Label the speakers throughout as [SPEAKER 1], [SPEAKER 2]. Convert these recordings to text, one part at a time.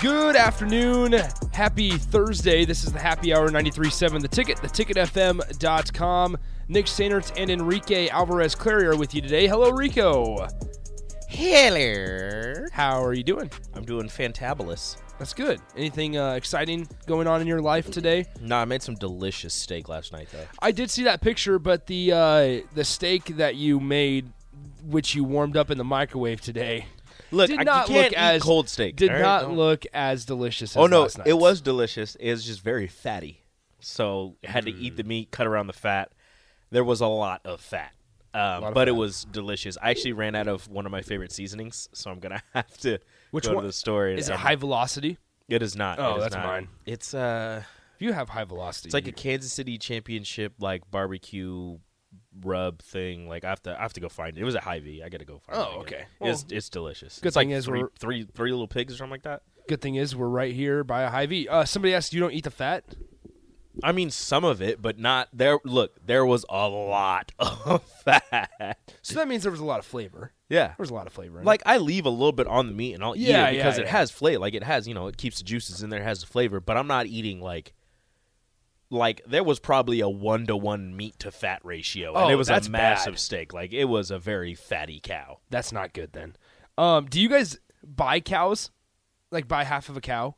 [SPEAKER 1] Good afternoon. Happy Thursday. This is the Happy Hour 93.7 The Ticket, theticketfm.com. Nick Sanertz and Enrique Alvarez Clary are with you today. Hello, Rico.
[SPEAKER 2] Hello.
[SPEAKER 1] How are you doing?
[SPEAKER 2] I'm doing fantabulous.
[SPEAKER 1] That's good. Anything uh, exciting going on in your life today?
[SPEAKER 2] No, I made some delicious steak last night though.
[SPEAKER 1] I did see that picture, but the uh, the steak that you made, which you warmed up in the microwave today,
[SPEAKER 2] Look,
[SPEAKER 1] did
[SPEAKER 2] I,
[SPEAKER 1] not
[SPEAKER 2] you can't
[SPEAKER 1] look
[SPEAKER 2] eat
[SPEAKER 1] as
[SPEAKER 2] cold steak.
[SPEAKER 1] Did
[SPEAKER 2] all right?
[SPEAKER 1] not
[SPEAKER 2] No.
[SPEAKER 1] look as delicious. as
[SPEAKER 2] Oh no,
[SPEAKER 1] last
[SPEAKER 2] it
[SPEAKER 1] night's.
[SPEAKER 2] was delicious. It was just very fatty. So had to eat the
[SPEAKER 1] Mm.
[SPEAKER 2] meat, cut around the fat. There was a lot of fat, um,
[SPEAKER 1] of
[SPEAKER 2] but it
[SPEAKER 1] fat.
[SPEAKER 2] was delicious. I actually ran out of one of my favorite seasonings, so I'm gonna have to
[SPEAKER 1] Which
[SPEAKER 2] go
[SPEAKER 1] one-
[SPEAKER 2] to the store. and-
[SPEAKER 1] Is it
[SPEAKER 2] and-
[SPEAKER 1] high velocity?
[SPEAKER 2] It is not.
[SPEAKER 1] Oh,
[SPEAKER 2] It is
[SPEAKER 1] that's
[SPEAKER 2] not.
[SPEAKER 1] mine.
[SPEAKER 2] It's uh,
[SPEAKER 1] If you have high velocity,
[SPEAKER 2] it's like a Kansas City championship like barbecue rub thing. Like I have to, I have to go find it. It was a high V. I gotta go find it.
[SPEAKER 1] Oh,
[SPEAKER 2] I get it.
[SPEAKER 1] okay.
[SPEAKER 2] it's it's delicious.
[SPEAKER 1] good
[SPEAKER 2] it's like
[SPEAKER 1] thing is
[SPEAKER 2] three,
[SPEAKER 1] we're-
[SPEAKER 2] three, three little pigs or something like that.
[SPEAKER 1] good thing is we're right here by a high V. Uh, somebody asked you don't eat the fat.
[SPEAKER 2] I mean, some of it, but not there. Look, there was a lot of fat.
[SPEAKER 1] So that means there was a lot of flavor.
[SPEAKER 2] Yeah.
[SPEAKER 1] There was a lot of flavor. In
[SPEAKER 2] Like I leave a little bit on the meat and I'll
[SPEAKER 1] Yeah,
[SPEAKER 2] eat it
[SPEAKER 1] yeah,
[SPEAKER 2] because it
[SPEAKER 1] yeah.
[SPEAKER 2] has flavor. Like it has, you know, it keeps the juices in there, it has the flavor. But I'm not eating like, like there was probably a one to one meat to fat ratio, and
[SPEAKER 1] Oh,
[SPEAKER 2] it was
[SPEAKER 1] that's
[SPEAKER 2] a massive
[SPEAKER 1] bad.
[SPEAKER 2] steak. Like it was a very fatty cow.
[SPEAKER 1] it. that's not good. Then, um, do you guys buy cows? Like buy half of a cow?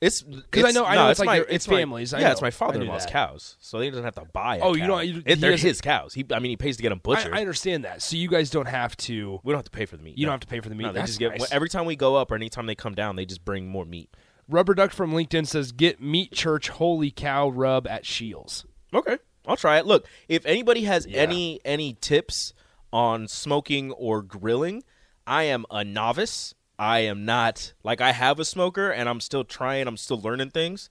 [SPEAKER 2] It's
[SPEAKER 1] I know-
[SPEAKER 2] it's-
[SPEAKER 1] I know it's
[SPEAKER 2] no, it's
[SPEAKER 1] like
[SPEAKER 2] my
[SPEAKER 1] your- it's
[SPEAKER 2] my-
[SPEAKER 1] families, I
[SPEAKER 2] yeah, it's
[SPEAKER 1] know. I
[SPEAKER 2] my
[SPEAKER 1] knew
[SPEAKER 2] father-in-law's
[SPEAKER 1] that.
[SPEAKER 2] cows, so he doesn't have to buy. A
[SPEAKER 1] Oh, you
[SPEAKER 2] cow.
[SPEAKER 1] don't- you-
[SPEAKER 2] It-
[SPEAKER 1] he
[SPEAKER 2] they're
[SPEAKER 1] doesn't-
[SPEAKER 2] his cows. He, I mean, he pays to get them
[SPEAKER 1] I,
[SPEAKER 2] butchered.
[SPEAKER 1] I understand that. So you guys don't have to.
[SPEAKER 2] we don't have to pay for the meat.
[SPEAKER 1] You
[SPEAKER 2] no.
[SPEAKER 1] don't have to pay for the meat.
[SPEAKER 2] No, they
[SPEAKER 1] That's
[SPEAKER 2] just get
[SPEAKER 1] nice.
[SPEAKER 2] every time we go up or anytime they come down, they just bring more meat.
[SPEAKER 1] Rubber Duck from LinkedIn says, "Get meat church holy cow rub at Shields."
[SPEAKER 2] Okay, I'll try it. Look, if anybody has any any tips on smoking or grilling, I am a novice. I am not like I have a smoker, and I'm still trying. I'm still learning things,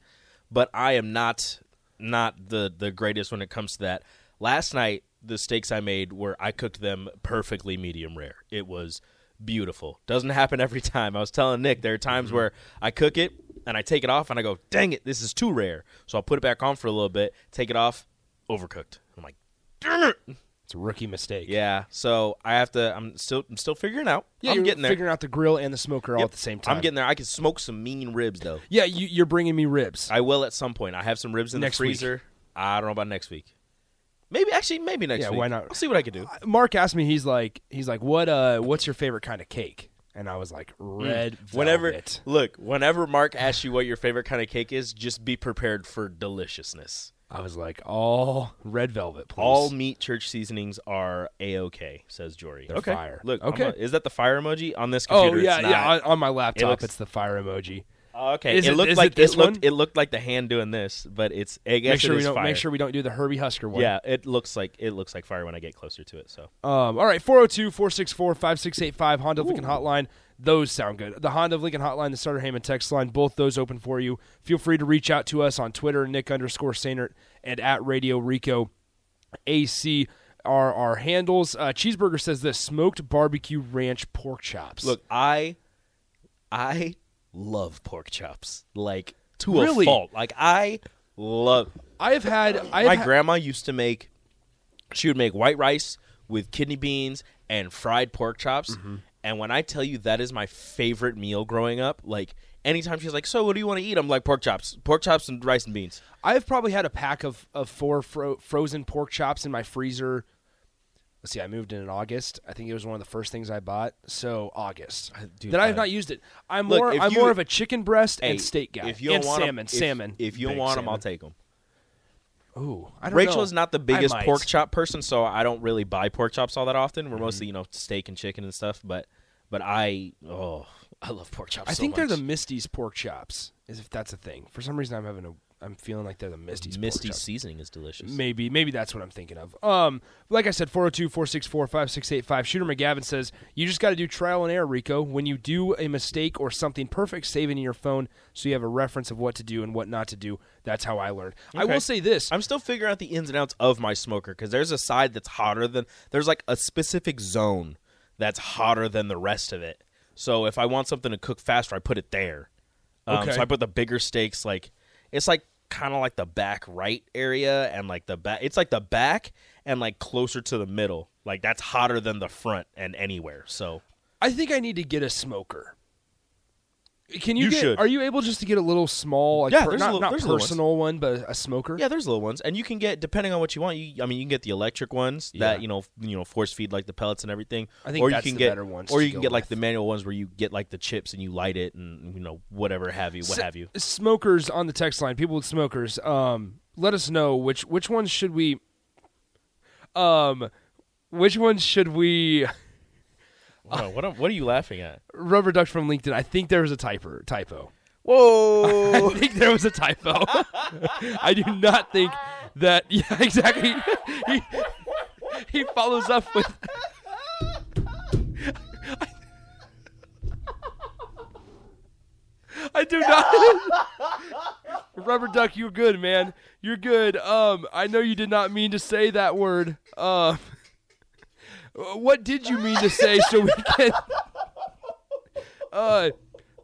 [SPEAKER 2] but I am not not the the greatest when it comes to that. Last night, the steaks I made were I cooked them perfectly medium rare. It was beautiful. Doesn't happen every time. I was telling Nick there are times where I cook it and I take it off and I go, dang it, this is too rare. So I'll put it back on for a little bit, take it off, overcooked. I'm like,
[SPEAKER 1] It's a rookie mistake.
[SPEAKER 2] yeah. So I have to. I'm still I'm still figuring out.
[SPEAKER 1] yeah.
[SPEAKER 2] I'm
[SPEAKER 1] you're
[SPEAKER 2] getting there.
[SPEAKER 1] Figuring out the grill and the smoker all
[SPEAKER 2] Yep.
[SPEAKER 1] at the same time.
[SPEAKER 2] I'm getting there. I can smoke some mean ribs though.
[SPEAKER 1] Yeah, you, you're bringing me ribs.
[SPEAKER 2] I will at some point. I have some ribs in
[SPEAKER 1] Next
[SPEAKER 2] the
[SPEAKER 1] week.
[SPEAKER 2] freezer. I don't know about next week. Maybe actually, maybe next
[SPEAKER 1] Yeah,
[SPEAKER 2] week.
[SPEAKER 1] why not? Ah,
[SPEAKER 2] I'll see what I can do.
[SPEAKER 1] Mark asked me, he's like, he's like, what, uh, what's your favorite kind of cake? And I was like,
[SPEAKER 2] Hmm.
[SPEAKER 1] red.
[SPEAKER 2] Whenever
[SPEAKER 1] velvet.
[SPEAKER 2] look, whenever Mark asks you what your favorite kind of cake is, just be prepared for deliciousness.
[SPEAKER 1] I was like, all red velvet, please.
[SPEAKER 2] All meat church seasonings are a okay, says Jory.
[SPEAKER 1] They're
[SPEAKER 2] okay,
[SPEAKER 1] fire.
[SPEAKER 2] look, I'm
[SPEAKER 1] Okay.
[SPEAKER 2] a- is that the fire emoji on this
[SPEAKER 1] oh
[SPEAKER 2] computer?
[SPEAKER 1] yeah,
[SPEAKER 2] it's
[SPEAKER 1] yeah.
[SPEAKER 2] not.
[SPEAKER 1] On, on my laptop,
[SPEAKER 2] looks-
[SPEAKER 1] it's the fire emoji.
[SPEAKER 2] Okay,
[SPEAKER 1] Is
[SPEAKER 2] it,
[SPEAKER 1] it-
[SPEAKER 2] looked
[SPEAKER 1] is
[SPEAKER 2] like
[SPEAKER 1] it this
[SPEAKER 2] it looked
[SPEAKER 1] one?
[SPEAKER 2] it looked like the hand doing this, but it's I guess
[SPEAKER 1] Make sure
[SPEAKER 2] it
[SPEAKER 1] we
[SPEAKER 2] is
[SPEAKER 1] don't.
[SPEAKER 2] fire.
[SPEAKER 1] Make sure we don't do the Herbie Husker one.
[SPEAKER 2] yeah, it looks like it looks like fire when I get closer to it. So
[SPEAKER 1] Um, all right, 402 464 5685, Honda of Lincoln Hotline. Those sound good. The Honda of Lincoln Hotline, the Starter Heyman text line, both those open for you. Feel free to reach out to us on Twitter, Nick underscore Sainert, and at Radio Rico AC are our handles. Uh, Cheeseburger says this smoked barbecue ranch pork chops.
[SPEAKER 2] look, I I love pork chops like to
[SPEAKER 1] Really?
[SPEAKER 2] a fault. Like I love.
[SPEAKER 1] I have had. I have
[SPEAKER 2] My
[SPEAKER 1] had-
[SPEAKER 2] grandma used to make. She would make white rice with kidney beans and fried pork chops.
[SPEAKER 1] Mm-hmm.
[SPEAKER 2] And when I tell you that is my favorite meal growing up, like anytime she's like, "So what do you want to eat?" I'm like, "Pork chops, pork chops and rice and beans."
[SPEAKER 1] I've probably had a pack of, of four fro- frozen pork chops in my freezer. Let's see, I moved in in August. I think it was one of the first things I bought. So August.
[SPEAKER 2] dude,
[SPEAKER 1] that I have
[SPEAKER 2] I-
[SPEAKER 1] not used it. I'm
[SPEAKER 2] Look,
[SPEAKER 1] more
[SPEAKER 2] if
[SPEAKER 1] I'm
[SPEAKER 2] you-
[SPEAKER 1] more of a chicken breast
[SPEAKER 2] Hey,
[SPEAKER 1] and steak guy.
[SPEAKER 2] If you don't
[SPEAKER 1] and
[SPEAKER 2] want 'em-
[SPEAKER 1] salmon,
[SPEAKER 2] if-
[SPEAKER 1] salmon.
[SPEAKER 2] If you don't
[SPEAKER 1] Baked
[SPEAKER 2] want them, I'll
[SPEAKER 1] salmon.
[SPEAKER 2] take them.
[SPEAKER 1] Ooh, I don't
[SPEAKER 2] Rachel's
[SPEAKER 1] know.
[SPEAKER 2] not the
[SPEAKER 1] I
[SPEAKER 2] biggest
[SPEAKER 1] might. Mm-hmm.
[SPEAKER 2] pork chop person, so I don't really buy pork chops all that often. We're mostly, you know, steak and chicken and stuff. But, but I, oh, I love pork chops.
[SPEAKER 1] I
[SPEAKER 2] so
[SPEAKER 1] think
[SPEAKER 2] much.
[SPEAKER 1] they're the Misty's pork chops, is if that's a thing. For some reason, I'm having a I'm feeling like they're the Misty's. pork
[SPEAKER 2] Misty
[SPEAKER 1] chops.
[SPEAKER 2] seasoning is delicious.
[SPEAKER 1] Maybe, maybe that's what I'm thinking of. Um, like I said, 402 464 5685. Shooter McGavin says, You just got to do trial and error, Rico. When you do a mistake or something perfect, save it in your phone so you have a reference of what to do and what not to do. That's how I learned. I
[SPEAKER 2] Okay.
[SPEAKER 1] will say this
[SPEAKER 2] I'm still figuring out the ins and outs of my smoker because there's a side that's hotter than there's like a specific zone that's hotter than the rest of it. So if I want something to cook faster, I put it there. Um,
[SPEAKER 1] Okay.
[SPEAKER 2] So I put the bigger steaks like it's like kind of like the back right area and like the back. It's like the back and like closer to the middle. Like that's hotter than the front and anywhere. So
[SPEAKER 1] I think I need to get a smoker. Can you,
[SPEAKER 2] You
[SPEAKER 1] get,
[SPEAKER 2] should.
[SPEAKER 1] Are you able just to get a little small, like
[SPEAKER 2] Yeah,
[SPEAKER 1] per-
[SPEAKER 2] there's
[SPEAKER 1] not,
[SPEAKER 2] little-
[SPEAKER 1] not
[SPEAKER 2] there's little ones.
[SPEAKER 1] personal one, but a smoker?
[SPEAKER 2] Yeah, there's little ones, and you can get depending on what you want. You, I mean, you can get the electric ones
[SPEAKER 1] Yeah.
[SPEAKER 2] that you know, f- you know, force feed like the pellets and everything.
[SPEAKER 1] I think
[SPEAKER 2] or
[SPEAKER 1] that's
[SPEAKER 2] you can
[SPEAKER 1] the
[SPEAKER 2] get,
[SPEAKER 1] better ones
[SPEAKER 2] or
[SPEAKER 1] to
[SPEAKER 2] you can
[SPEAKER 1] go
[SPEAKER 2] get like
[SPEAKER 1] with.
[SPEAKER 2] the manual ones where you get like the chips and you light it and you know whatever have you, what
[SPEAKER 1] S-
[SPEAKER 2] have you.
[SPEAKER 1] Smokers on the text line, people with smokers, um, let us know which which ones should we um which ones should we
[SPEAKER 2] what what are you laughing at?
[SPEAKER 1] rubber duck from LinkedIn. I think there was a typer typo.
[SPEAKER 2] Whoa!
[SPEAKER 1] I think there was a typo. I do not think that yeah, exactly. he, he follows up with I do not. Rubber duck, you're good, man. You're good. Um, I know you did not mean to say that word. Um, what did you mean to say? So we can. Uh,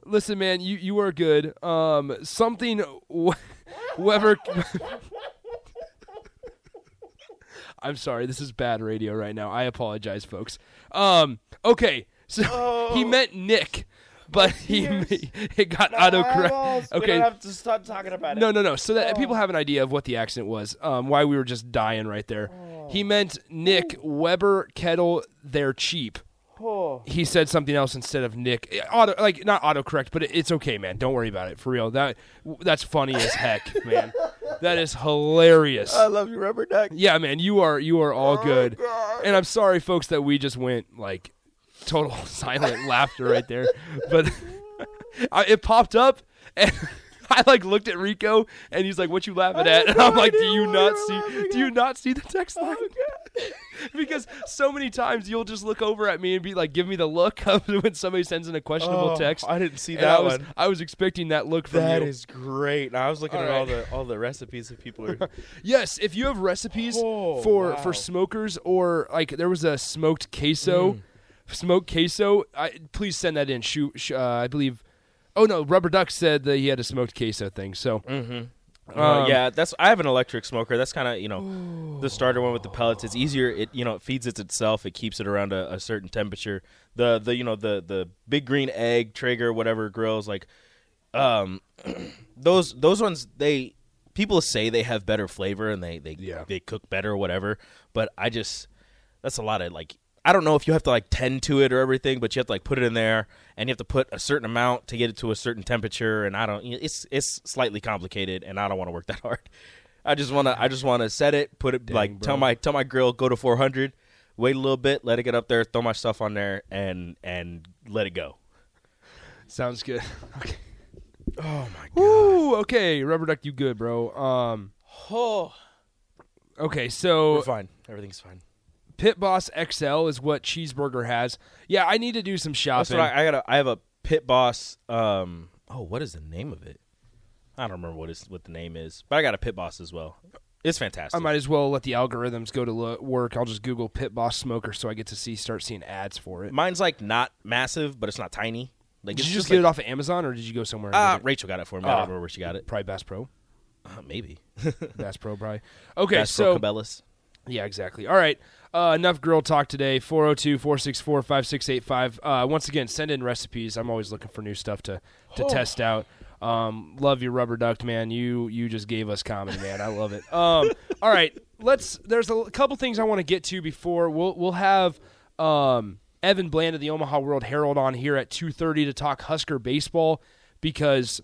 [SPEAKER 1] listen, man, you you are good. Um, something wh- whoever. I'm sorry, this is bad radio right now. I apologize, folks. Um, okay, so
[SPEAKER 2] Oh.
[SPEAKER 1] he meant Nick, but he it got autocorrect. Okay,
[SPEAKER 2] to stop talking about Oh.
[SPEAKER 1] no, no, no. So that people have an idea of what the accent was, um, why we were just dying right there.
[SPEAKER 2] Oh.
[SPEAKER 1] He meant Nick Weber Kettle. They're cheap. He said something else instead of Nick. Eh, Auto, like not autocorrect, but it, it's okay, man. Don't worry about it. For real, that that's funny as heck, man. That is hilarious.
[SPEAKER 2] I love you, rubber duck.
[SPEAKER 1] Yeah, man, you are you are
[SPEAKER 2] Oh,
[SPEAKER 1] all good. And I'm sorry, folks, that we just went like total silent laughter right there. But I, it popped up, and I like looked at Rico, and he's like, "What you laughing at?" And I'm like, "Do you not see? Do you not see the text
[SPEAKER 2] Oh,
[SPEAKER 1] line?" because so many times you'll just look over at me and be like, "Give me the look" of when somebody sends in a questionable
[SPEAKER 2] Oh,
[SPEAKER 1] text.
[SPEAKER 2] I didn't see
[SPEAKER 1] And
[SPEAKER 2] that
[SPEAKER 1] I was,
[SPEAKER 2] one.
[SPEAKER 1] I was expecting that look from
[SPEAKER 2] That
[SPEAKER 1] you.
[SPEAKER 2] is great. And I was looking
[SPEAKER 1] All
[SPEAKER 2] at all
[SPEAKER 1] right.
[SPEAKER 2] the all the recipes that people are.
[SPEAKER 1] Yes, if you have recipes
[SPEAKER 2] Oh,
[SPEAKER 1] for
[SPEAKER 2] wow.
[SPEAKER 1] for smokers or like there was a smoked queso,
[SPEAKER 2] Mm.
[SPEAKER 1] smoked queso, I, please send that in. Shoot, sh- uh, I believe. Oh no, Rubber Duck said that he had a smoked queso thing. So
[SPEAKER 2] Mm. Uh, yeah, that's. I have an electric smoker. That's kind of you know the starter one with the pellets. It's easier. It you know it feeds it itself. It keeps it around a, a certain temperature. The the you know the the big green egg trigger whatever grills like, um, those those ones they people say they have better flavor and they they
[SPEAKER 1] Yeah.
[SPEAKER 2] they cook better or whatever. But I just that's a lot of like. I don't know if you have to like tend to it or everything, but you have to like put it in there, and you have to put a certain amount to get it to a certain temperature. And I don't, you know, it's it's slightly complicated, and I don't want to work that hard. I just wanna, I just wanna set it, put it like tell my tell my grill go to 400, wait a little bit, let it get up there, throw my stuff on there, and and let it go.
[SPEAKER 1] sounds good. okay. Oh my god. Ooh, okay, Rubber Duck, you good, bro? Um.
[SPEAKER 2] Oh,
[SPEAKER 1] Okay, so
[SPEAKER 2] we're fine. Everything's fine.
[SPEAKER 1] Pit Boss XL is what Cheeseburger has. Yeah, I need to do some
[SPEAKER 2] That's
[SPEAKER 1] shopping.
[SPEAKER 2] what I, I got. a- I have a pit boss. Um, oh, what is the name of it? I don't remember what is what the name is, but I got a pit boss as well. It's fantastic.
[SPEAKER 1] I might as well let the algorithms go to lo- work. I'll just Google Pit Boss Smoker so I get to see start seeing ads for it.
[SPEAKER 2] Mine's like not massive, but it's not tiny. Like
[SPEAKER 1] Did
[SPEAKER 2] it's
[SPEAKER 1] you just
[SPEAKER 2] like,
[SPEAKER 1] get it off of Amazon or did you go somewhere? and
[SPEAKER 2] Ah,
[SPEAKER 1] get it?
[SPEAKER 2] Rachel got it for me. I
[SPEAKER 1] Ah.
[SPEAKER 2] don't remember where she got it.
[SPEAKER 1] probably Bass Pro.
[SPEAKER 2] Uh, maybe.
[SPEAKER 1] Bass Pro, probably. Okay,
[SPEAKER 2] That's
[SPEAKER 1] so
[SPEAKER 2] for Cabela's.
[SPEAKER 1] yeah, exactly. All right, uh, enough girl talk today. 402-464-5685. Uh, once again, send in recipes. I'm always looking for new stuff to to test out. Um, love your rubber duck, man. You you just gave us comedy, man. I love it. Um, all right, let's. There's a l- couple things I want to get to before we'll we'll have. Um, Evan Bland of the Omaha World Herald on here at 2:30 to talk Husker baseball because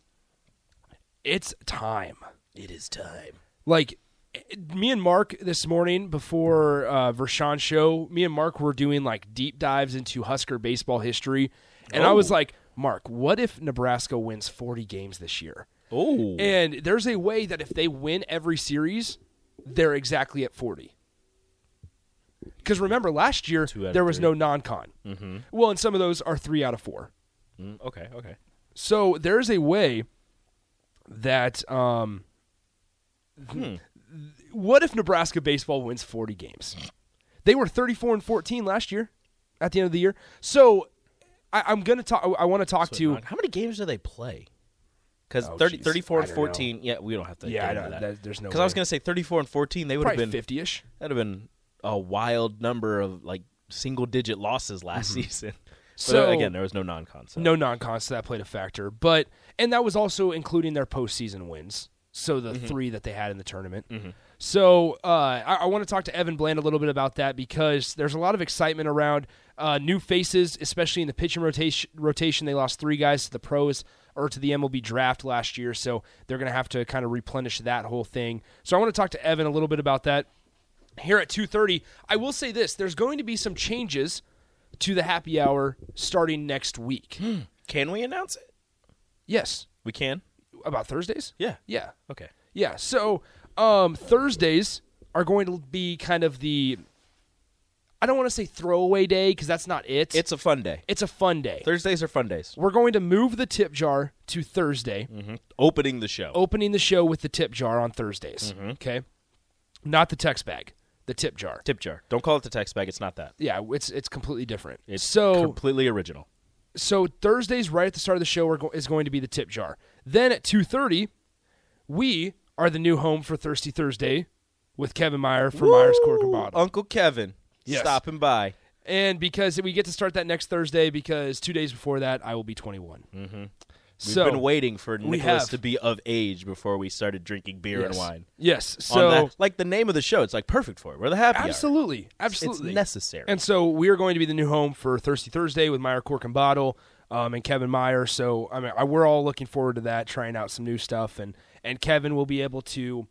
[SPEAKER 1] it's time.
[SPEAKER 2] It is time.
[SPEAKER 1] like it- me and Mark this morning before uh, Vershawn show, me and Mark were doing like deep dives into Husker
[SPEAKER 2] Oh.
[SPEAKER 1] baseball history, and I was like, Mark, what if Nebraska wins forty games this year?
[SPEAKER 2] Oh.
[SPEAKER 1] And there's a way that if they win every series, they're exactly at 40. Because remember, last year,
[SPEAKER 2] Two out of
[SPEAKER 1] there was
[SPEAKER 2] three. Mm-hmm.
[SPEAKER 1] no non con. Well, and some of those are three out of four.
[SPEAKER 2] Mm, okay, okay.
[SPEAKER 1] So there's a way that. Um, What if Nebraska baseball wins 40 games? They were 34 and 14 last year at the end of the year. So I, I'm going to talk. I want to talk to.
[SPEAKER 2] How many games do they play? Because
[SPEAKER 1] Oh, geez.
[SPEAKER 2] 34 and
[SPEAKER 1] I don't know.
[SPEAKER 2] 14. Yeah, we don't have to.
[SPEAKER 1] Yeah, I
[SPEAKER 2] get
[SPEAKER 1] don't,
[SPEAKER 2] into
[SPEAKER 1] that, there's no
[SPEAKER 2] Because I was
[SPEAKER 1] way.
[SPEAKER 2] gonna say 34 and 14, they would have
[SPEAKER 1] probably
[SPEAKER 2] been
[SPEAKER 1] 50 ish.
[SPEAKER 2] That'd have been a wild number of like single digit losses last season.
[SPEAKER 1] Mm-hmm. So-
[SPEAKER 2] So again, there was no non con.
[SPEAKER 1] No non-cons so that played a factor, but and that was also including their postseason wins. So the three that they had in the tournament. So uh, I, I want to talk to Evan Bland a little bit about that because there's a lot of excitement around uh, new faces, especially in the pitching rotation. Rotation they lost three guys to the pros or to the MLB draft last year, so they're going to have to kind of replenish that whole thing. So I want to talk to Evan a little bit about that here at 2.30 i will say this there's going to be some changes to the happy hour starting next week
[SPEAKER 2] Can we announce it?
[SPEAKER 1] yes
[SPEAKER 2] We can.
[SPEAKER 1] about thursdays
[SPEAKER 2] Yeah.
[SPEAKER 1] yeah
[SPEAKER 2] Okay.
[SPEAKER 1] yeah so um, thursdays are going to be kind of the i don't want to say throwaway day because that's not it
[SPEAKER 2] It's a fun day.
[SPEAKER 1] it's a fun day
[SPEAKER 2] Thursdays are fun days.
[SPEAKER 1] we're going to move the tip jar to thursday
[SPEAKER 2] Mm-hmm. Opening the show.
[SPEAKER 1] opening the show with the tip jar on thursdays
[SPEAKER 2] Mm-hmm.
[SPEAKER 1] okay not the text bag the tip jar
[SPEAKER 2] Tip jar. Don't call it the text bag. It's not that.
[SPEAKER 1] yeah it's it's completely different
[SPEAKER 2] It's
[SPEAKER 1] so
[SPEAKER 2] completely original.
[SPEAKER 1] so Thursdays, right at the start of the show, are go- is going to be the tip jar. Then at two thirty, we are the new home for Thirsty Thursday with Kevin Meyer from Myers Cork and Bottle.
[SPEAKER 2] Uncle Kevin
[SPEAKER 1] Yes.
[SPEAKER 2] stopping by.
[SPEAKER 1] and because we get to start that next Thursday, because two days before that, I will be twenty Mm-hmm.
[SPEAKER 2] We've
[SPEAKER 1] So
[SPEAKER 2] been waiting for Nicholas
[SPEAKER 1] have.
[SPEAKER 2] to be of age before we started drinking beer and
[SPEAKER 1] yes.
[SPEAKER 2] wine.
[SPEAKER 1] Yes.
[SPEAKER 2] On
[SPEAKER 1] So
[SPEAKER 2] that- like the name of the show, it's like perfect for it. We're the happy hour.
[SPEAKER 1] Absolutely, absolutely
[SPEAKER 2] necessary.
[SPEAKER 1] And so we are going to be the new home for Thirsty Thursday with Meyer Cork and Bottle um, and Kevin Meyer. So I mean, I, we're all looking forward to that, trying out some new stuff, and and Kevin will be able to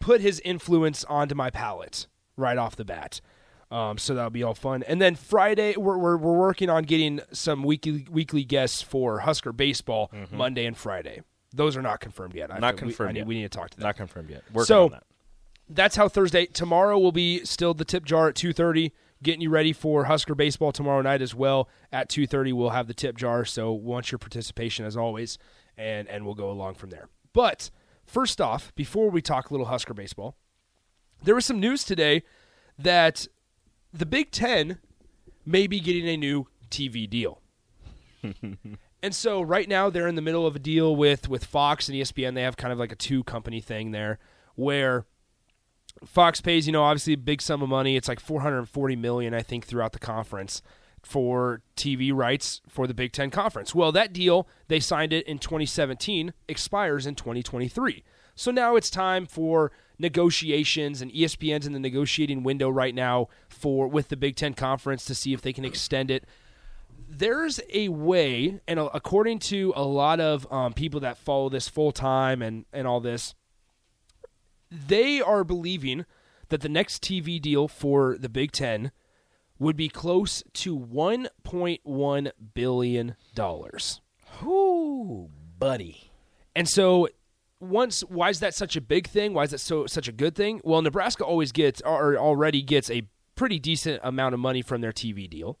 [SPEAKER 1] put his influence onto my palate right off the bat. Um, so that'll be all fun. And then Friday, we're, we're, we're working on getting some weekly weekly guests for Husker baseball Monday and Friday. Those are not confirmed yet. I
[SPEAKER 2] Mm-hmm. Not
[SPEAKER 1] feel- we-
[SPEAKER 2] confirmed
[SPEAKER 1] I need-
[SPEAKER 2] yet.
[SPEAKER 1] We need to talk to them
[SPEAKER 2] Not confirmed yet. Working
[SPEAKER 1] so
[SPEAKER 2] on that.
[SPEAKER 1] that's how Thursday. Tomorrow will be still the tip jar at two thirty, getting you ready for Husker baseball tomorrow night as well. At two thirty, we'll have the tip jar. So want your participation as always, and and we'll go along from there. But first off, before we talk a little Husker baseball, there was some news today that the Big Ten may be getting a new TV deal. And so right now they're in the middle of a deal with with Fox and E ESPN. They have kind of like a two company thing there where Fox pays, you know, obviously a big sum of money. It's like 440 million I think throughout the conference for TV rights for the Big 10 conference. Well, that deal, they signed it in 2017, expires in 2023. So now it's time for negotiations and E ESPN's in the negotiating window right now for with the Big 10 conference to see if they can extend it there's a way, and a- according to a lot of um, people that follow this full time and, and all this, they are believing that the next TV deal for the Big Ten would be close to $1.1 billion.
[SPEAKER 2] Ooh, buddy.
[SPEAKER 1] And so once why is that such a big thing? Why is that so such a good thing? Well, Nebraska always gets or already gets a pretty decent amount of money from their TV deal.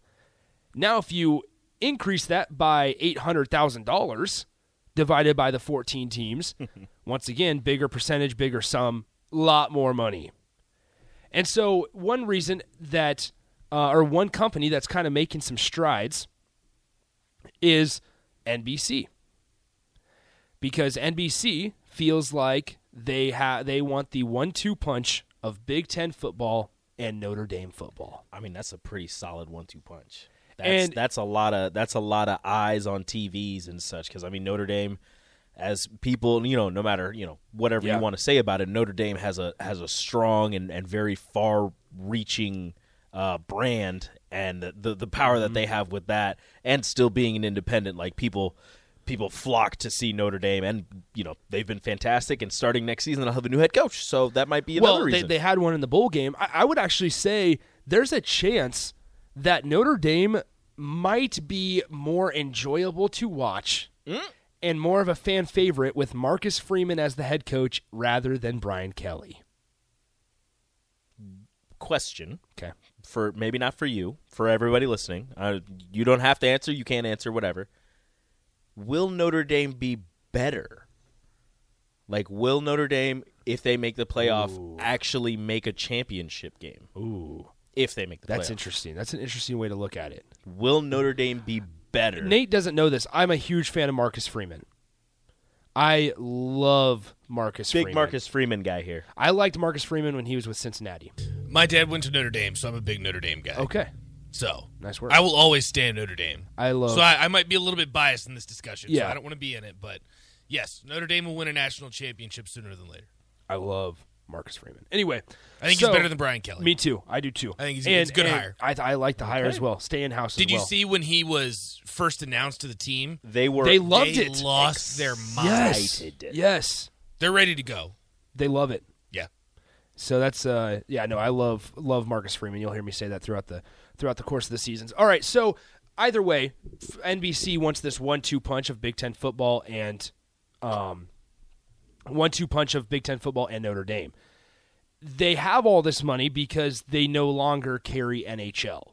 [SPEAKER 1] Now if you increase that by $800,000 divided by the 14 teams, once again bigger percentage, bigger sum, lot more money. And so one reason that uh, or one company that's kind of making some strides is NBC because NBC feels like they ha- they want the one-two punch of Big Ten football and Notre Dame football.
[SPEAKER 2] I mean, that's a pretty solid one-two punch. That's
[SPEAKER 1] And-
[SPEAKER 2] that's a lot of that's a lot of eyes on TVs and such. Because I mean, Notre Dame, as people, you know, no matter you know whatever
[SPEAKER 1] Yeah.
[SPEAKER 2] you want to say about it, Notre Dame has a has a strong and, and very far-reaching uh, brand, and the the, the power that
[SPEAKER 1] Mm-hmm.
[SPEAKER 2] they have with that, and still being an independent, like people. People flock to see Notre Dame, and you know they've been fantastic. And starting next season, they'll have a new head coach, so that might be another
[SPEAKER 1] well, they,
[SPEAKER 2] reason.
[SPEAKER 1] they had one in the bowl game. I, I would actually say there's a chance
[SPEAKER 2] Mm.
[SPEAKER 1] that Notre Dame might be more enjoyable to watch and more of a fan favorite with Marcus Freeman as the head coach rather than Brian Kelly.
[SPEAKER 2] Question
[SPEAKER 1] Okay.
[SPEAKER 2] for maybe not for you, for everybody listening. Uh, you don't have to answer. You can't answer. Whatever. Will Notre Dame be better? Like, will Notre Dame, if they make the playoff, actually make a championship game?
[SPEAKER 1] Ooh,
[SPEAKER 2] If they make the
[SPEAKER 1] that's
[SPEAKER 2] playoff,
[SPEAKER 1] interesting. That's an interesting way to look at it.
[SPEAKER 2] will Notre Dame be better?
[SPEAKER 1] Nate doesn't know this. I'm a huge fan of Marcus Freeman. I love Marcus
[SPEAKER 2] Big
[SPEAKER 1] Freeman.
[SPEAKER 2] Marcus Freeman guy here.
[SPEAKER 1] I liked Marcus Freeman when he was with Cincinnati.
[SPEAKER 3] My dad went to Notre Dame, so I'm a big Notre Dame guy.
[SPEAKER 1] Okay.
[SPEAKER 3] So
[SPEAKER 1] Nice work.
[SPEAKER 3] I will always stand Notre Dame.
[SPEAKER 1] I love-
[SPEAKER 3] So I, I might be a little bit biased in this discussion.
[SPEAKER 1] Yeah.
[SPEAKER 3] So I don't want to be in it, but yes, Notre Dame will win a national championship sooner than later.
[SPEAKER 1] I love Marcus Freeman. Anyway,
[SPEAKER 3] I think
[SPEAKER 1] so-
[SPEAKER 3] he's better than Brian Kelly.
[SPEAKER 1] Me too. I do too.
[SPEAKER 3] I think he's-
[SPEAKER 1] and,
[SPEAKER 3] he's a good
[SPEAKER 1] and
[SPEAKER 3] hire.
[SPEAKER 1] I, I like the hire as well. Stay in house.
[SPEAKER 3] Did
[SPEAKER 1] as
[SPEAKER 3] you
[SPEAKER 1] well.
[SPEAKER 3] see when he was first announced to the team?
[SPEAKER 2] They were
[SPEAKER 1] They loved
[SPEAKER 3] they
[SPEAKER 1] it.
[SPEAKER 3] lost their mind.
[SPEAKER 1] yes. Yes.
[SPEAKER 3] They're ready to go.
[SPEAKER 1] They love it.
[SPEAKER 3] Yeah.
[SPEAKER 1] So that's uh yeah no I love love Marcus Freeman. You'll hear me say that throughout the throughout the course of the seasons. All right, so either way, f- NBC wants this one-two punch of Big Ten football and um one-two punch of Big Ten football and Notre Dame. They have all this money because they no longer carry NHL.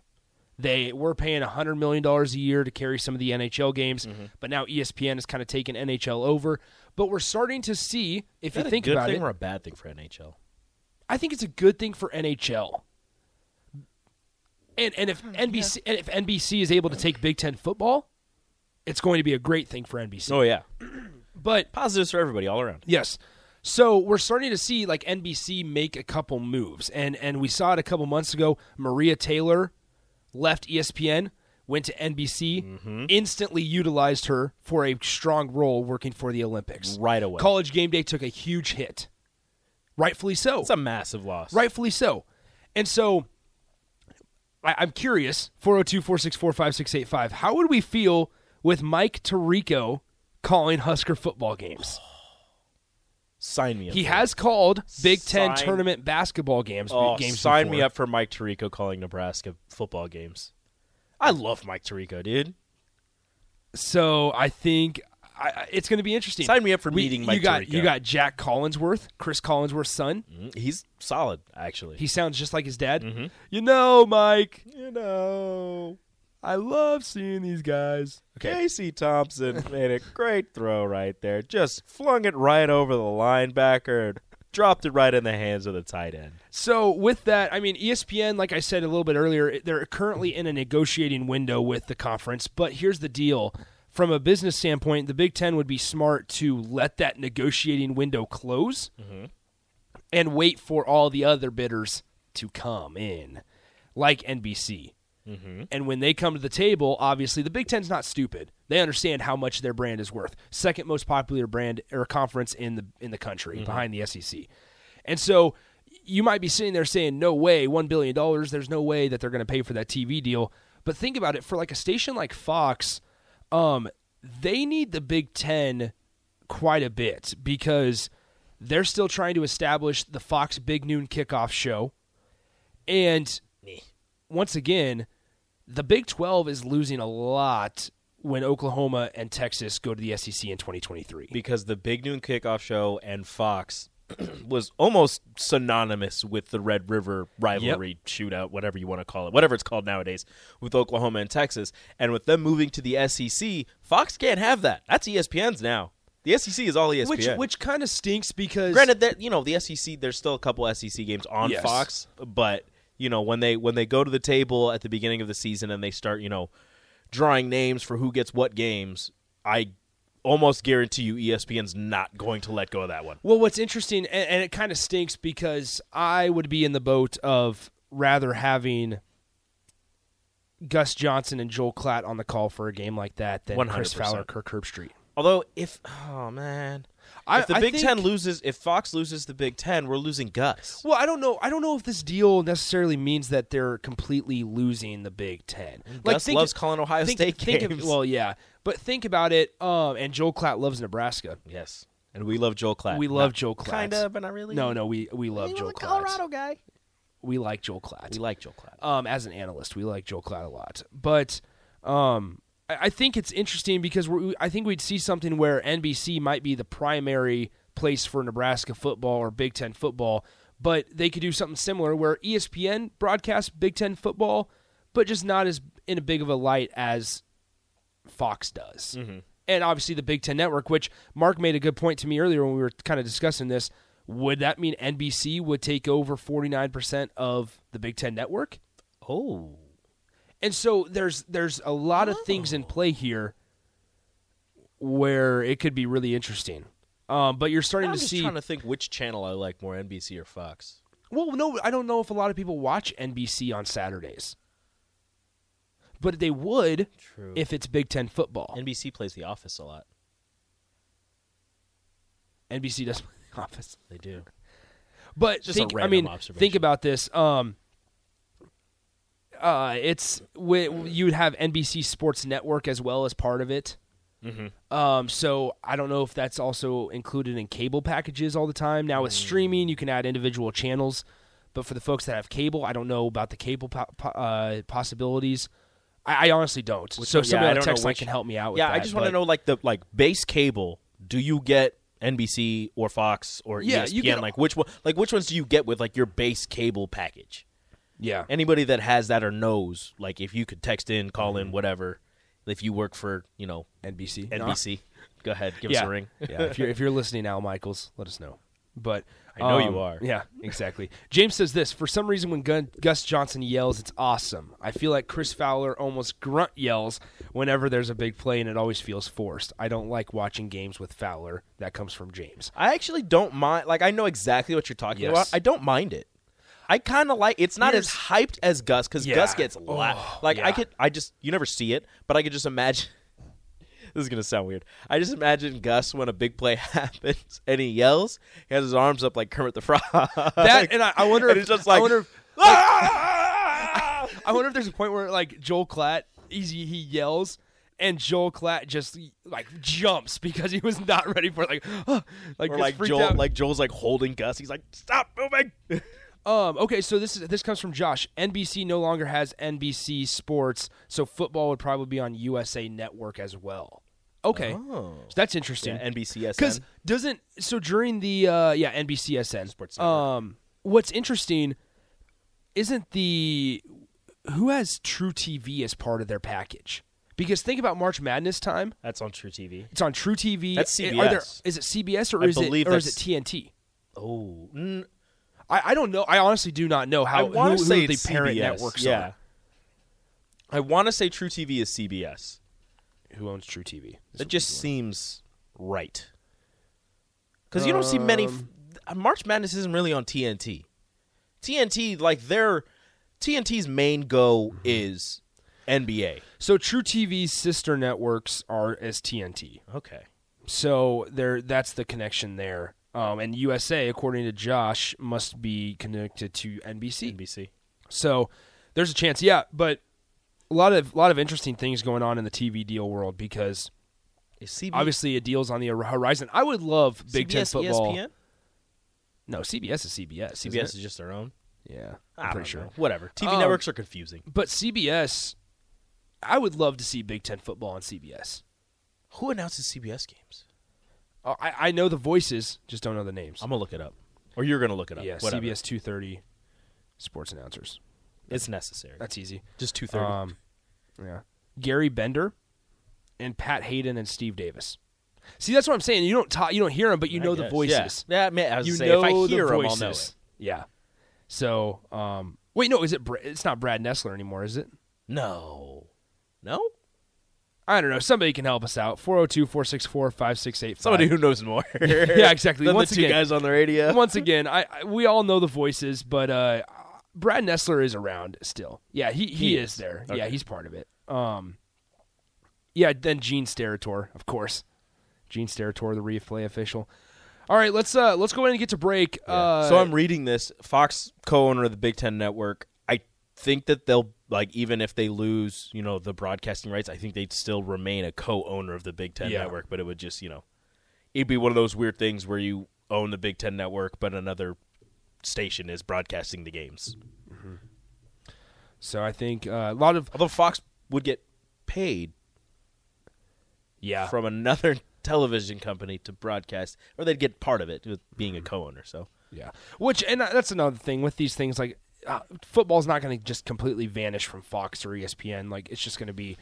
[SPEAKER 1] They were paying hundred million dollars a year to carry some of the NHL games,
[SPEAKER 2] Mm-hmm.
[SPEAKER 1] but now E ESPN has kind of taken NHL over. But we're starting to see if
[SPEAKER 2] Is that
[SPEAKER 1] you
[SPEAKER 2] a
[SPEAKER 1] think
[SPEAKER 2] good
[SPEAKER 1] about
[SPEAKER 2] thing
[SPEAKER 1] it,
[SPEAKER 2] or a bad thing for NHL?
[SPEAKER 1] I think it's a good thing for NHL. And and if NBC and if NBC is able to take Big Ten football, it's going to be a great thing for NBC.
[SPEAKER 2] Oh yeah,
[SPEAKER 1] But
[SPEAKER 2] positives for everybody all around.
[SPEAKER 1] Yes. So we're starting to see like NBC make a couple moves, and and we saw it a couple months ago. Maria Taylor left E ESPN, went to NBC,
[SPEAKER 2] Mm-hmm.
[SPEAKER 1] instantly utilized her for a strong role working for the Olympics
[SPEAKER 2] Right away.
[SPEAKER 1] College Game Day took a huge hit, rightfully so.
[SPEAKER 2] It's a massive loss.
[SPEAKER 1] Rightfully so. And so I, I'm curious 402 464 5685. How would we feel with Mike Tirico calling Husker football games?
[SPEAKER 2] Oh, Sign me up.
[SPEAKER 1] He
[SPEAKER 2] for
[SPEAKER 1] has called Big Ten
[SPEAKER 2] Sign-
[SPEAKER 1] tournament basketball games.
[SPEAKER 2] Oh,
[SPEAKER 1] games
[SPEAKER 2] sign me
[SPEAKER 1] before.
[SPEAKER 2] up for Mike Tirico calling Nebraska football games. I love Mike Tirico, dude.
[SPEAKER 1] So I think I, I- it's going to be interesting.
[SPEAKER 2] Sign me up for
[SPEAKER 1] We-
[SPEAKER 2] meeting
[SPEAKER 1] you
[SPEAKER 2] Mike
[SPEAKER 1] got you
[SPEAKER 2] Tirico. Mm-hmm.
[SPEAKER 1] got Jack Collinsworth, Chris Collinsworth's son.
[SPEAKER 2] He's solid, actually.
[SPEAKER 1] He sounds just like his dad.
[SPEAKER 2] Mm-hmm.
[SPEAKER 1] You know, Mike.
[SPEAKER 2] you know,
[SPEAKER 1] I love seeing these guys. Okay.
[SPEAKER 2] Casey Thompson made a great throw right there. Just flung it right over the linebacker, and dropped it right in the hands of the tight end.
[SPEAKER 1] So with that, I mean E ESPN, like I said a little bit earlier, it- they're currently in a negotiating window with the conference. But here's the deal: from a business standpoint, the Big Ten would be smart to let that negotiating window close and wait for all the other bidders to come in, like NBC. And when they come to the table, obviously the Big Ten's not stupid. They understand how much their brand is worth. Second most popular brand or conference in the in the country, behind the SEC. And so you might be sitting there saying, "No way, one billion dollars. There's no way that they're going to pay for that TV deal." But think about it. For like a station like Fox, um, they need the Big Ten quite a bit because they're still trying to establish the Fox Big Noon Kickoff Show, and once again, the Big 12 is losing a lot when Oklahoma and Texas go to the SEC in 2023.
[SPEAKER 2] because the Big Noon Kickoff Show and Fox was almost synonymous with the Red River rivalry shootout, whatever you want to call it, whatever it's called nowadays, with Oklahoma and Texas. And with them moving to the SEC, Fox can't have that. That's E ESPN's now. The SEC is all E ESPN.
[SPEAKER 1] which which kind of stinks because
[SPEAKER 2] granted, that you know the SEC, there's still a couple SEC games on
[SPEAKER 1] Yes.
[SPEAKER 2] Fox, but you know when they when they go to the table at the beginning of the season and they start you know drawing names for who gets what games, I almost guarantee you E ESPN's not going to let go of that one.
[SPEAKER 1] Well, what's interesting, and, and it kind of stinks because I would be in the boat of rather having Gus Johnson and Joel Klatt on the call for a game like that than Chris
[SPEAKER 2] 100%.
[SPEAKER 1] Fowler, Kirk Herbstreit.
[SPEAKER 2] Although if oh man,
[SPEAKER 1] I-
[SPEAKER 2] if the
[SPEAKER 1] I
[SPEAKER 2] Big
[SPEAKER 1] think-
[SPEAKER 2] Ten loses, if Fox loses the Big Ten, we're losing Gus.
[SPEAKER 1] Well, I don't know. I don't know if this deal necessarily means that they're completely losing the Big Ten.
[SPEAKER 2] Mm, Gus loves calling Ohio
[SPEAKER 1] think,
[SPEAKER 2] State
[SPEAKER 1] think
[SPEAKER 2] games.
[SPEAKER 1] Of, well, yeah, but think about it. Um, and Joel Klatt loves Nebraska.
[SPEAKER 2] Yes, and we love Joel Klatt.
[SPEAKER 1] We love Joel Klatt.
[SPEAKER 2] kind of, but not really.
[SPEAKER 1] No, no, we we love
[SPEAKER 2] He's
[SPEAKER 1] Joel
[SPEAKER 2] a
[SPEAKER 1] Klatt.
[SPEAKER 2] Colorado guy.
[SPEAKER 1] We like Joel Klatt.
[SPEAKER 2] We like Joel Klatt.
[SPEAKER 1] um, as an analyst. We like Joel Klatt a lot, but um, I- I I think it's interesting because we're, I think we'd see something where NBC might be the primary place for Nebraska football or Big Ten football, but they could do something similar where E ESPN broadcasts Big Ten football, but just not as in a big of a light as Fox does. And obviously the Big Ten Network, which Mark made a good point to me earlier when we were kind of discussing this. Would that mean NBC would take over 49% of the Big Ten Network?
[SPEAKER 2] Oh,
[SPEAKER 1] And so there's there's a lot of things in play here where it could be really interesting. Um, but you're starting
[SPEAKER 2] I'm
[SPEAKER 1] to
[SPEAKER 2] just
[SPEAKER 1] see.
[SPEAKER 2] trying to think which channel I like more, NBC or Fox.
[SPEAKER 1] well, no, I don't know if a lot of people watch NBC on Saturdays, but they would
[SPEAKER 2] True.
[SPEAKER 1] if it's Big Ten football.
[SPEAKER 2] NBC plays The Office a lot.
[SPEAKER 1] NBC does play The Office,
[SPEAKER 2] They do.
[SPEAKER 1] but
[SPEAKER 2] It's just a
[SPEAKER 1] think, I
[SPEAKER 2] random
[SPEAKER 1] mean, think
[SPEAKER 2] observation.
[SPEAKER 1] about this. Um, uh, it's wi- you would have NBC Sports Network as well as part of it.
[SPEAKER 2] Mm-hmm.
[SPEAKER 1] Um, so I don't know if that's also included in cable packages all the time. Now with streaming, you can add individual channels, but for the folks that have cable, I don't know about the cable po- po- uh, possibilities. I, I honestly don't. so
[SPEAKER 2] one- yeah,
[SPEAKER 1] somebody
[SPEAKER 2] I
[SPEAKER 1] on the
[SPEAKER 2] don't know
[SPEAKER 1] text line
[SPEAKER 2] which-
[SPEAKER 1] can help me out. with
[SPEAKER 2] yeah, I
[SPEAKER 1] that,
[SPEAKER 2] just want to
[SPEAKER 1] but-
[SPEAKER 2] know like the like base cable. Do you get NBC or Fox or E
[SPEAKER 1] Yeah,
[SPEAKER 2] ESPN?
[SPEAKER 1] you can-
[SPEAKER 2] like which one? Like which ones do you get with like your base cable package?
[SPEAKER 1] Yeah,
[SPEAKER 2] Anybody that has that or knows, like if you could text in, call in, whatever. If you work for you know
[SPEAKER 1] NBC.
[SPEAKER 2] NBC, go ahead, give us
[SPEAKER 1] yeah.
[SPEAKER 2] a ring.
[SPEAKER 1] yeah, if you're if you're listening now, Michaels, let us know. But um,
[SPEAKER 2] I know you are.
[SPEAKER 1] Yeah, exactly. James says this for some reason when Gun- Gus Johnson yells, it's awesome. I feel like Chris Fowler almost grunt yells whenever there's a big play, and it always feels forced. I don't like watching games with Fowler. That comes from James.
[SPEAKER 2] I actually don't mind. Like I know exactly what you're talking
[SPEAKER 1] Yes.
[SPEAKER 2] about. I don't mind it. I kind of like. It's not as
[SPEAKER 1] Here's-
[SPEAKER 2] hyped as Gus because
[SPEAKER 1] Yeah.
[SPEAKER 2] Gus gets la-
[SPEAKER 1] Oh,
[SPEAKER 2] like
[SPEAKER 1] yeah.
[SPEAKER 2] I could. I just you never see it, but I could just imagine. this is gonna sound weird. I just imagine Gus when a big play happens and he yells. He has his arms up like Kermit the Frog.
[SPEAKER 1] That and I, I wonder
[SPEAKER 2] And
[SPEAKER 1] if
[SPEAKER 2] it's just like-
[SPEAKER 1] I wonder if,
[SPEAKER 2] Ah!
[SPEAKER 1] I wonder if there's a point where like Joel Klatt, he's, he yells. And Joel Klatt just like jumps because he was not ready for it, like, like,
[SPEAKER 2] or
[SPEAKER 1] gets
[SPEAKER 2] like
[SPEAKER 1] freaked
[SPEAKER 2] Joel,
[SPEAKER 1] out.
[SPEAKER 2] like Joel's like holding Gus. He's like, "Stop moving."
[SPEAKER 1] Um, okay, so this is this comes from Josh. NBC no longer has NBC Sports, so football would probably be on USA Network as well. Okay, so that's interesting.
[SPEAKER 2] Oh. Yeah, NBCSN.
[SPEAKER 1] because doesn't so during the uh, yeah NBCSN
[SPEAKER 2] Sports Network.
[SPEAKER 1] Um, what's interesting isn't the who has True TV as part of their package because think about March Madness time.
[SPEAKER 2] That's on True TV.
[SPEAKER 1] It's on True TV.
[SPEAKER 2] That's
[SPEAKER 1] Are there,
[SPEAKER 2] CBS.
[SPEAKER 1] is it CBS or
[SPEAKER 2] I
[SPEAKER 1] is it
[SPEAKER 2] believe
[SPEAKER 1] or is it
[SPEAKER 2] that's-
[SPEAKER 1] TNT?
[SPEAKER 2] Oh,
[SPEAKER 1] I, I don't know. I honestly do not know
[SPEAKER 2] I
[SPEAKER 1] how who,
[SPEAKER 2] want
[SPEAKER 1] who
[SPEAKER 2] to say
[SPEAKER 1] the
[SPEAKER 2] it's
[SPEAKER 1] parent
[SPEAKER 2] CBS.
[SPEAKER 1] networks
[SPEAKER 2] yeah.
[SPEAKER 1] are.
[SPEAKER 2] I want to say True TV is CBS.
[SPEAKER 1] Who owns True TV?
[SPEAKER 2] That just seems right. Because you don't see many.
[SPEAKER 1] Um,
[SPEAKER 2] F- uh, March Madness isn't really on TNT. TNT, like their TNT's main
[SPEAKER 1] Mm-hmm.
[SPEAKER 2] go is NBA.
[SPEAKER 1] So True TV's sister networks are as TNT.
[SPEAKER 2] Okay.
[SPEAKER 1] So there, that's the connection there. Um, and USA, according to Josh, must be connected to NBC.
[SPEAKER 2] NBC.
[SPEAKER 1] So there's a chance, yeah. But a lot of lot of interesting things going on in the TV deal world because
[SPEAKER 2] Is CB-
[SPEAKER 1] obviously a deal's on the horizon. I would love Big Ten
[SPEAKER 2] CBS
[SPEAKER 1] football.
[SPEAKER 2] ESPN?
[SPEAKER 1] No, CBS is CBS. isn't
[SPEAKER 2] CBS
[SPEAKER 1] it?
[SPEAKER 2] is just their own.
[SPEAKER 1] yeah.
[SPEAKER 2] I
[SPEAKER 1] I'm
[SPEAKER 2] don't
[SPEAKER 1] pretty sure.
[SPEAKER 2] know. Whatever. TV
[SPEAKER 1] Um,
[SPEAKER 2] networks are confusing.
[SPEAKER 1] But CBS, I would love to see Big Ten football on CBS.
[SPEAKER 2] Who announces CBS games?
[SPEAKER 1] Uh, I, I know the voices, just don't know the names.
[SPEAKER 2] I'm gonna look it up, or you're gonna look it up.
[SPEAKER 1] yeah,
[SPEAKER 2] Whatever.
[SPEAKER 1] CBS two thirty sports announcers.
[SPEAKER 2] It's necessary.
[SPEAKER 1] That's easy.
[SPEAKER 2] Just two thirty.
[SPEAKER 1] Um, yeah, Gary Bender and Pat Hayden and Steve Davis. See, that's what I'm saying. You don't ta- you don't hear them, but you know the voices.
[SPEAKER 2] Yeah, man, I was
[SPEAKER 1] You
[SPEAKER 2] gonna say,
[SPEAKER 1] know
[SPEAKER 2] if I hear
[SPEAKER 1] the
[SPEAKER 2] 'em,
[SPEAKER 1] voices.
[SPEAKER 2] I'll know it.
[SPEAKER 1] Yeah. So, um, wait, no, is it? Br- it's not Brad Nessler anymore, is it?
[SPEAKER 2] No, no.
[SPEAKER 1] I don't know. Somebody can help us out. 402 464 5685.
[SPEAKER 2] Somebody who knows more.
[SPEAKER 1] Yeah, exactly.
[SPEAKER 2] Than
[SPEAKER 1] Once
[SPEAKER 2] the two
[SPEAKER 1] again-
[SPEAKER 2] guys on the radio.
[SPEAKER 1] once again, I, I we all know the voices, but uh, Brad Nessler is around still. Yeah, he, he,
[SPEAKER 2] He
[SPEAKER 1] is.
[SPEAKER 2] is.
[SPEAKER 1] there.
[SPEAKER 2] Okay.
[SPEAKER 1] Yeah, he's part of it. Um, yeah, then Gene Steratore, of course. Gene Steratore, the replay official. All right, let's uh let's go ahead and get to break. Uh,
[SPEAKER 2] so I'm reading this. Fox, co-owner of the Big Ten Network. I think that they'll like even if they lose, you know, the broadcasting rights. I think they'd still remain a co-owner of the Big Ten
[SPEAKER 1] Yeah.
[SPEAKER 2] Network. But it would just, you know, it'd be one of those weird things where you own the Big Ten Network, but another station is broadcasting the games.
[SPEAKER 1] so I think uh, a lot of
[SPEAKER 2] Although Fox would get paid
[SPEAKER 1] Yeah.
[SPEAKER 2] from another television company to broadcast, or they'd get part of it with being a co-owner. So
[SPEAKER 1] Yeah. Which and that's another thing with these things like uh, football's not going to just completely vanish from Fox or E ESPN. Like it's just going to be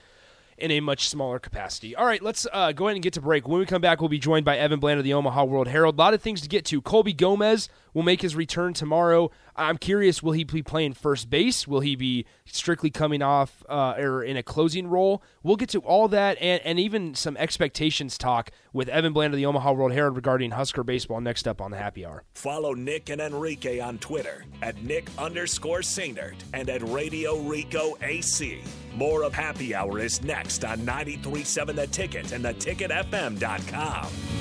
[SPEAKER 1] in a much smaller capacity. All right, let's uh, go ahead and get to break. When we come back, we'll be joined by Evan Bland of the Omaha World Herald. A lot of things to get to. Colby Gomez will make his return tomorrow. I'm curious, will he be playing first base? Will he be strictly coming off uh, or in a closing role? We'll get to all that and, and even some expectations talk with Evan Bland of the Omaha World Herald regarding Husker baseball next up on the happy hour.
[SPEAKER 4] Follow Nick and Enrique on Twitter at Nick underscore Sainert and at Radio Rico AC. More of Happy Hour is next on 937 The Ticket and theticketfm.com.